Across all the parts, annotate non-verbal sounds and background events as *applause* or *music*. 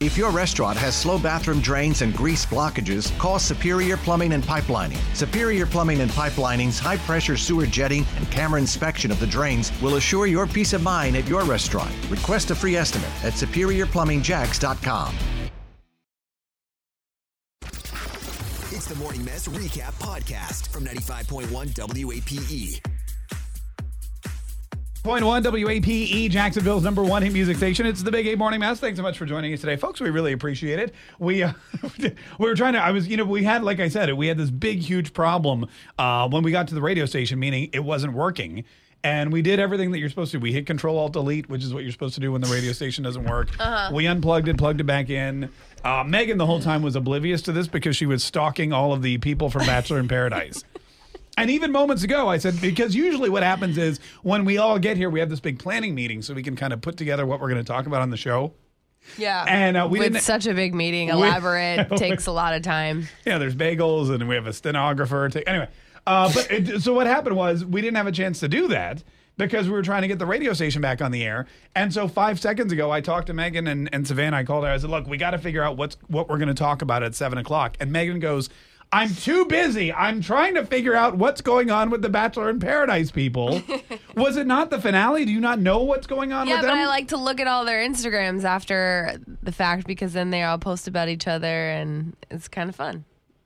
If your restaurant has slow bathroom drains and grease blockages, call Superior Plumbing and Pipelining. Superior Plumbing and Pipelining's high pressure sewer jetting and camera inspection of the drains will assure your peace of mind at your restaurant. Request a free estimate at superiorplumbingjax.com. It's the Morning Mess Recap Podcast from 95.1 WAPE. Point one WAPE E, Jacksonville's number one hit music station. It's the Big Eight Morning Mass. Thanks so much for joining us today, folks. We really appreciate it. We uh, *laughs* we were trying to. I was, you know, we had like I said, we had this big, huge problem uh, when we got to the radio station, meaning it wasn't working. And we did everything that you're supposed to. We hit Control Alt Delete, which is what you're supposed to do when the radio station doesn't work. We unplugged it, plugged it back in. Uh, Megan the whole time was oblivious to this because she was stalking all of the people from Bachelor in Paradise. And even moments ago, I said, because usually what happens is when we all get here, we have this big planning meeting so we can kind of put together what we're going to talk about on the show. Yeah. And, uh, we With didn't- such a big meeting, elaborate, *laughs* takes a lot of time. Yeah, there's bagels and we have a stenographer. To, anyway, uh, but it, so what happened was we didn't have a chance to do that because we were trying to get the radio station back on the air. And so five seconds ago, I talked to Megan and, and Savannah. I called her. I said, look, we got to figure out what's what we're going to talk about at seven o'clock. And Megan goes, I'm too busy. I'm trying to figure out what's going on with the Bachelor in Paradise *laughs* people. Was it not the finale? Do you not know what's going on Yeah, with but them? I like to look at all their Instagrams after the fact because then they all post about each other and it's kind of fun.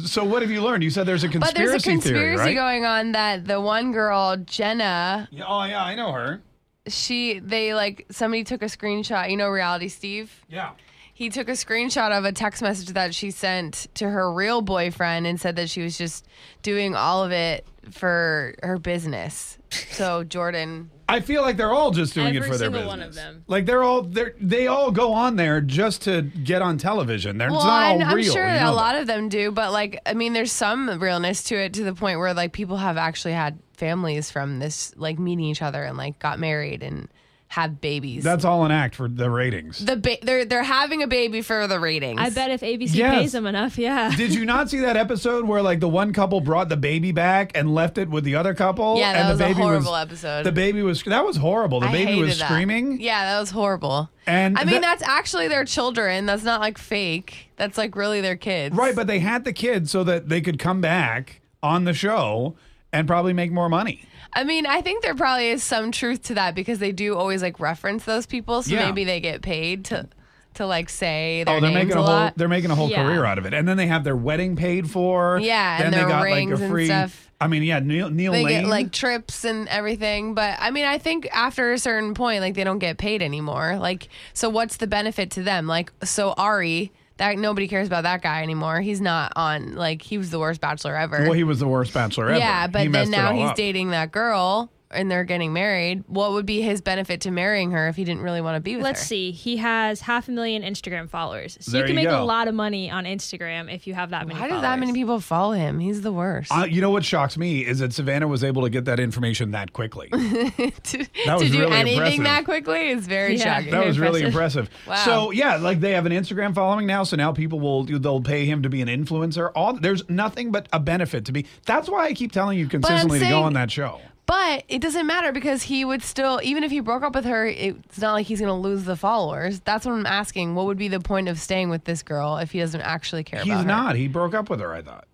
so what have you learned? You said there's a But conspiracy there's a conspiracy theory, right? going on that the one girl, Jenna, Yeah, oh, yeah, I know her. she, they like, somebody took a screenshot. You know, Reality Steve? Yeah. He took a screenshot of a text message that she sent to her real boyfriend and said that she was just doing all of it for her business. So, Jordan. I feel like they're all just doing it Every for their business. single one of them. Like they're all they they all go on there just to get on television. They're Well, it's not all I'm, I'm real. sure you that know a lot that. of them do, but like, I mean, there's some realness to it to the point where like people have actually had families from this, like meeting each other and like got married and have babies. that's all an act for the ratings. the ba- they're they're having a baby for the ratings. I bet if ABC Yes. pays them enough, yeah. Did you not see that episode where like the one couple brought the baby back and left it with the other couple? Yeah, that and was the a baby horrible episode. The baby was that was horrible. The I baby was hated that. screaming. Yeah, that was horrible. And I mean, that- that's actually their children. That's not like fake. That's like really their kids. Right, but they had the kid so that they could come back on the show and probably make more money. I mean, I think there probably is some truth to that because they do always like reference those people, so Yeah. maybe they get paid to to like say their oh, they're names making a a whole lot. they're making a whole Yeah. career out of it, and then they have their wedding paid for. Yeah, then and they their got rings like a and free. stuff. I mean, yeah, Neil Neil they Lane. get like trips and everything, but I mean, I think after a certain point, like they don't get paid anymore. Like, so what's the benefit to them? Like, so Ari, that nobody cares about that guy anymore. He's not on. Like, he was the worst bachelor ever. well, he was the worst bachelor ever. Yeah, He but messed then it now all he's up. dating that girl and they're getting married. What would be his benefit to marrying her if he didn't really want to be with *laughs* Let's her? see. He has half a million Instagram followers. So There you can you make go. a lot of money on Instagram if you have that many Why do that many followers. people follow him? He's the worst. Uh, you know what shocks me is that Savannah was able to get that information that *laughs* quickly. to that was to do really anything impressive. that quickly is very Yeah. shocking. That was really impressive. Wow. So yeah, like they have an Instagram following now, so now people will they'll pay him to be an influencer. All there's nothing but a benefit to be. That's why I keep telling you consistently to go saying- on that show. But it doesn't matter because he would still, even if he broke up with her, it's not like he's going to lose the followers. That's what I'm asking. What would be the point of staying with this girl if he doesn't actually care about He's her? not. He broke up with her. I thought.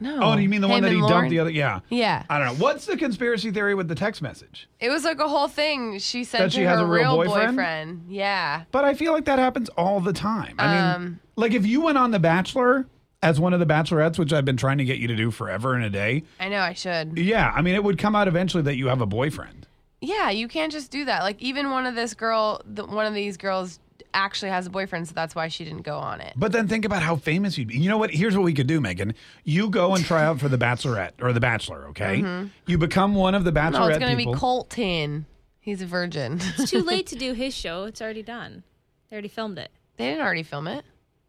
No. Oh, do you mean the one Him that and he Lauren? dumped the other? Yeah. Yeah. I don't know. What's the conspiracy theory with the text message? It was like a whole thing she said That to she her has a real real boyfriend? boyfriend. Yeah. But I feel like that happens all the time. I Um, mean, like if you went on The Bachelor as one of the bachelorettes, which I've been trying to get you to do forever and a day, I know I should. yeah, I mean, it would come out eventually that you have a boyfriend. Yeah, you can't just do that. Like even one of this girl, the, one of these girls actually has a boyfriend, so that's why she didn't go on it. But then think about how famous you'd be. You know what? Here's what we could do, Megan. You go and try out for The Bachelorette or The Bachelor, okay? You become one of the Bachelorette Mm-hmm. No, Oh, it's gonna people. be Colton. He's a virgin. It's *laughs* too late to do his show. It's already done. They already filmed it. they didn't already film it.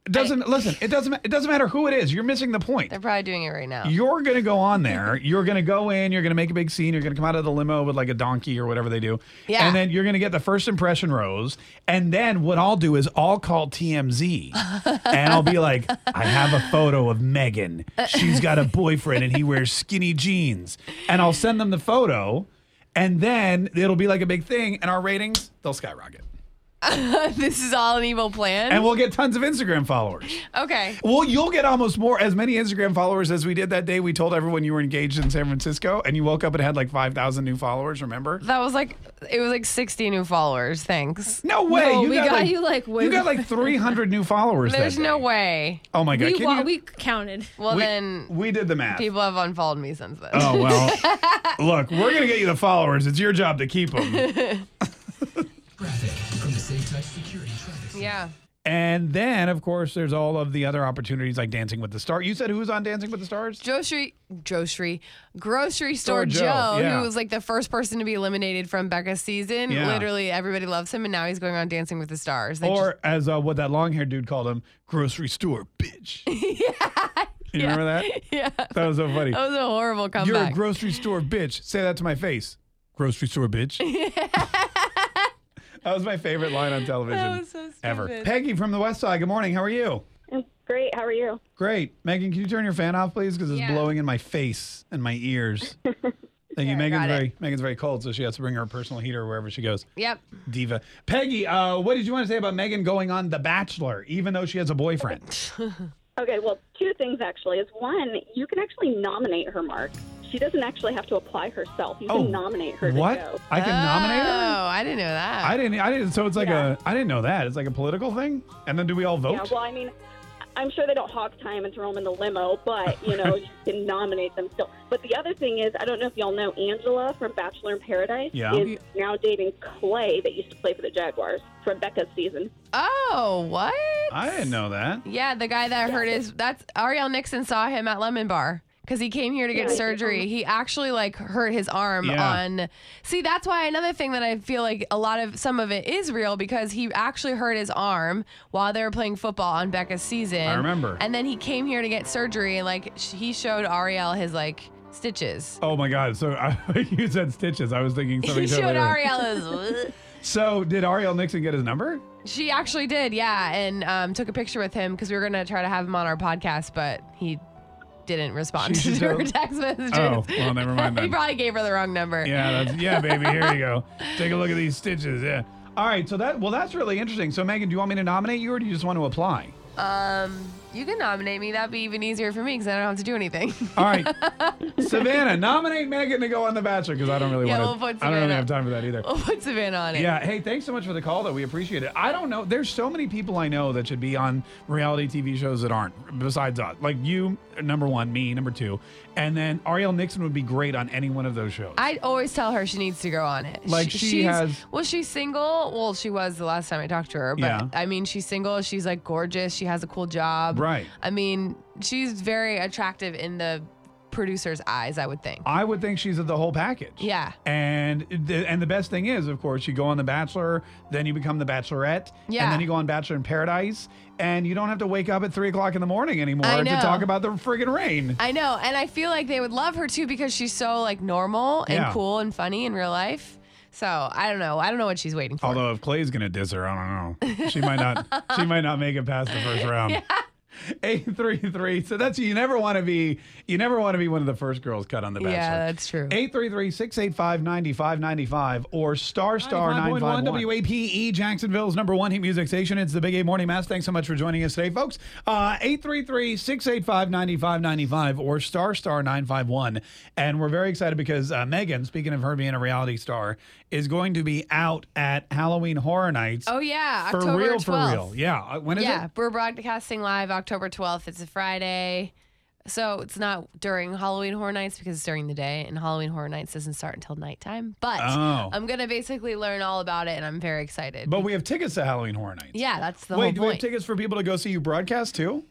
It doesn't listen. It doesn't. It doesn't matter who it is. You're missing the point. They're probably doing it right now. *laughs* You're going to go on there. You're going to go in. You're going to make a big scene. You're going to come out of the limo with like a donkey or whatever they do. Yeah. And then you're going to get the first impression rose. And then what I'll do is I'll call TMZ and I'll be like, I have a photo of Megan. She's got a boyfriend and he wears skinny jeans. And I'll send them the photo. And then it'll be like a big thing. And our ratings, they'll skyrocket. *laughs* this is all an evil plan. and we'll get tons of Instagram followers. okay. Well, you'll get almost more as many Instagram followers as we did that day. We told everyone you were engaged in San Francisco, and you woke up and had like five thousand new followers. Remember? That was like it was like 60 new followers. Thanks. No way. No, we got you, like, way you got *laughs* like three hundred new followers. that There's no day. way. Oh my god! we, Can wa- you- we counted. Well we- then we did the math. people have unfollowed me since then. Oh *laughs* well. Look, we're gonna get you the followers. It's your job to keep them. From the Safe Touch Security Traffic Center. Yeah. and then, of course, there's all of the other opportunities like Dancing with the Stars. You said who was on Dancing with the Stars? Grocery, grocery, grocery store Store Joe, Joe, yeah. who was like the first person to be eliminated from Becca's season. Yeah. Literally, everybody loves him, and now he's going on Dancing with the Stars. They or as uh, what that long-haired dude called him, grocery store bitch. *laughs* yeah. You remember that? just- *laughs* yeah, Oh, That was so funny. that was a horrible You're comeback. a grocery store bitch. Say that to my face. Grocery store *laughs* bitch. that was my favorite line on television That was so ever. stupid. Peggy from the West Side. Good morning. How are you? Great. How are you? Great. Megan, can you turn your fan off, please? Because it's blowing in my face and my ears. Thank you. Megan's got it. very Megan's very cold, so she has to bring her personal heater wherever she goes. yep. Diva. Peggy, uh, what did you want to say about Megan going on The Bachelor, even though she has a boyfriend? *laughs* Okay, well, two things actually. Is one, you can actually nominate her, Mark. She doesn't actually have to apply herself. You can nominate her. Oh, What? To go. I can nominate her? Oh, I didn't know that. I didn't. I didn't. So it's like a. I didn't know that. It's like a political thing. And then do we all vote? Yeah, well, I mean, I'm sure they don't hog time and throw them in the limo, but *laughs* you know, you can nominate them still. But the other thing is, I don't know if y'all know Angela from Bachelor in Paradise Yeah. is now dating Clay that used to play for the Jaguars from Becca's season. oh, what? I didn't know that. Yeah, the guy that hurt his that's Ariel Nixon saw him at Lemon Bar because he came here to get Yeah. surgery. He actually like hurt his arm Yeah. on See, that's why another thing that I feel like a lot of some of it is real because he actually hurt his arm while they were playing football on Becca's season. I remember. And then he came here to get surgery and like sh- he showed Ariel his like stitches. Oh my God! So I, *laughs* you said stitches. I was *laughs* thinking something He totally showed different. *laughs* Ariel his So did Ariel Nixon get his number? She actually did, yeah, and um, took a picture with him because we were gonna try to have him on our podcast, but he didn't respond She to should her have- text messages. Oh, well, never mind *laughs* he then. probably gave her the wrong number. Yeah, that's, yeah, baby. Here you *laughs* go. Take a look at these stitches. Yeah. All right. So that well, that's really interesting. So Megan, do you want me to nominate you, or do you just want to apply? Um, you can nominate me. That'd be even easier for me because I don't have to do anything. *laughs* All right, Savannah, nominate Megan to go on The Bachelor because I don't really Yeah, want to. we'll put I don't really Savannah. have time for that either. we'll put Savannah on it. Yeah. Hey, thanks so much for the call, though. We appreciate it. I don't know. There's so many people I know that should be on reality TV shows that aren't, besides us. Like you, number one, me, number two. And then Ariel Nixon would be great on any one of those shows. I always tell her she needs to go on it. Like, she she's, has- Well, she's single. Well, she was the last time I talked to her. But Yeah. I mean, she's single. She's like gorgeous. She has a cool job. Right. I mean, she's very attractive in the producer's eyes. I would think. I would think she's the whole package. Yeah. And the, and the best thing is, of course, you go on The Bachelor, then you become The Bachelorette, Yeah. and then you go on Bachelor in Paradise, and you don't have to wake up at three o'clock in the morning anymore I to know. talk about the friggin' rain. I know, and I feel like they would love her too because she's so like normal and Yeah. cool and funny in real life. So I don't know. I don't know what she's waiting for. Although if Clay's gonna diss her, I don't know. She might not. *laughs* she might not make it past the first round. Eight three three. So that's you never want to be. You never want to be one of the first girls cut on the Bachelor. Yeah, that's true. 833-685-9595 or star star 95.1 951. WAPE E, Jacksonville's number one hit music station. It's the Big A Morning Mass. Thanks so much for joining us today, folks. Uh, 833-685-9595 or star star 951. And we're very excited because uh, Megan, speaking of her being a reality star, is going to be out at Halloween Horror Nights. oh yeah, For October real, 12th. for real. Yeah. Uh, When is yeah, it? we're broadcasting live October 12th. It's a Friday. So it's not during Halloween Horror Nights because it's during the day, and Halloween Horror Nights doesn't start until nighttime. But Oh. I'm gonna basically learn all about it, and I'm very excited. But we have tickets to Halloween Horror Nights. yeah, that's the Wait, do whole we have point. tickets for people to go see you broadcast too?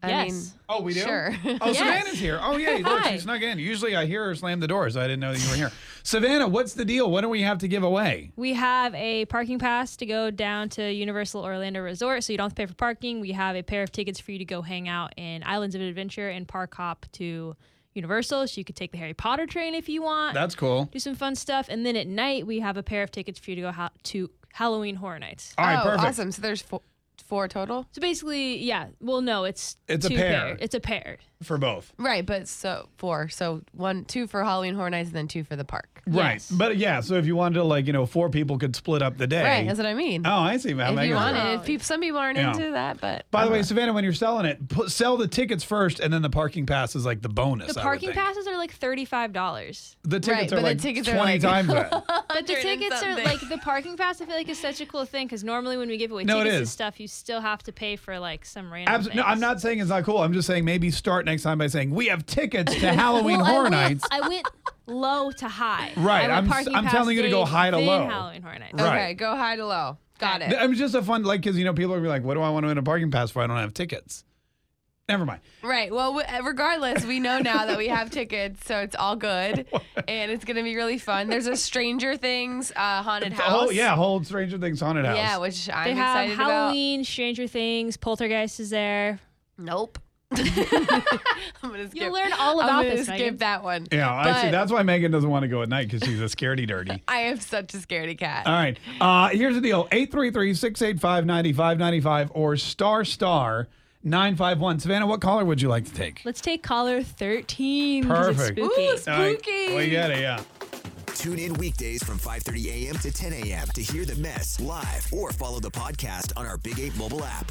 I Yes. mean, Oh, we do. Sure. *laughs* Oh, Yes. Savannah's here. Oh, yeah. Look, Hi. she snuck in. Usually, I hear her slam the doors. I didn't know that you were here. Savannah, what's the deal? What do we have to give away? We have a parking pass to go down to Universal Orlando Resort, so you don't have to pay for parking. We have a pair of tickets for you to go hang out in Islands of Adventure and Park Hop to Universal, so you could take the Harry Potter train if you want. That's cool. do some fun stuff, and then at night we have a pair of tickets for you to go ho- to Halloween Horror Nights. All right, oh, perfect. awesome. So there's four, four total. So basically, yeah. Well, no, it's It's a two pair. It's a pair. for both. Right, but so four. So one, two for Halloween Horror Nights, and then two for the park. Yes. Right. But yeah, so if you wanted to, like, you know, four people could split up the day. Right, that's what I mean. Oh, I see. How that if you goes. want right. it, people, some people aren't Yeah. into that, but By the way, Savannah, when you're selling it, put, sell the tickets first, and then the parking pass is like the bonus. The I would parking think. passes are like thirty-five dollars, The Right, tickets but are the like tickets are, twenty like- times *laughs* that. but the Hundred and tickets are something. like the parking pass. I feel like is such a cool thing because normally when we give away No, it tickets and is. stuff, you still have to pay for like some random. Abs- no, I'm things. not saying it's not cool. I'm just saying maybe start next time by saying we have tickets to *laughs* Halloween Well, I Horror went- Nights. I went low to high. Right, I went I'm s- parking I'm pass telling you to day, go high to then low. Halloween Horror Nights. Right. okay, go high to low. *laughs* Got it. It was just a fun like because you know people are gonna be like, what do I want to win a parking pass for? I don't have tickets. Never mind. Right. Well, w- regardless, we know now that we have tickets, so it's *laughs* all good, and it's gonna be really fun. There's a Stranger Things uh, haunted The house. whole- Oh, yeah, whole Stranger Things haunted house. yeah, which I'm They have excited Halloween, Stranger Things, Poltergeist is there. about. Nope. *laughs* I'm gonna skip. You'll learn all I'm about gonna this. skip Megan. that one. Yeah, I see. But That's why Megan doesn't want to go at night because she's a scaredy dirty. *laughs* I am such a scaredy cat. All right. Uh, here's the deal 833 685 9595 or star star 951. Savannah, what color would you like to take? Let's take caller thirteen. 'cause it's Perfect. spooky. Ooh, All right. spooky. We get it, yeah. Tune in weekdays from 5:30 a.m. to 10 a.m. to hear the mess live or follow the podcast on our Big 8 mobile app.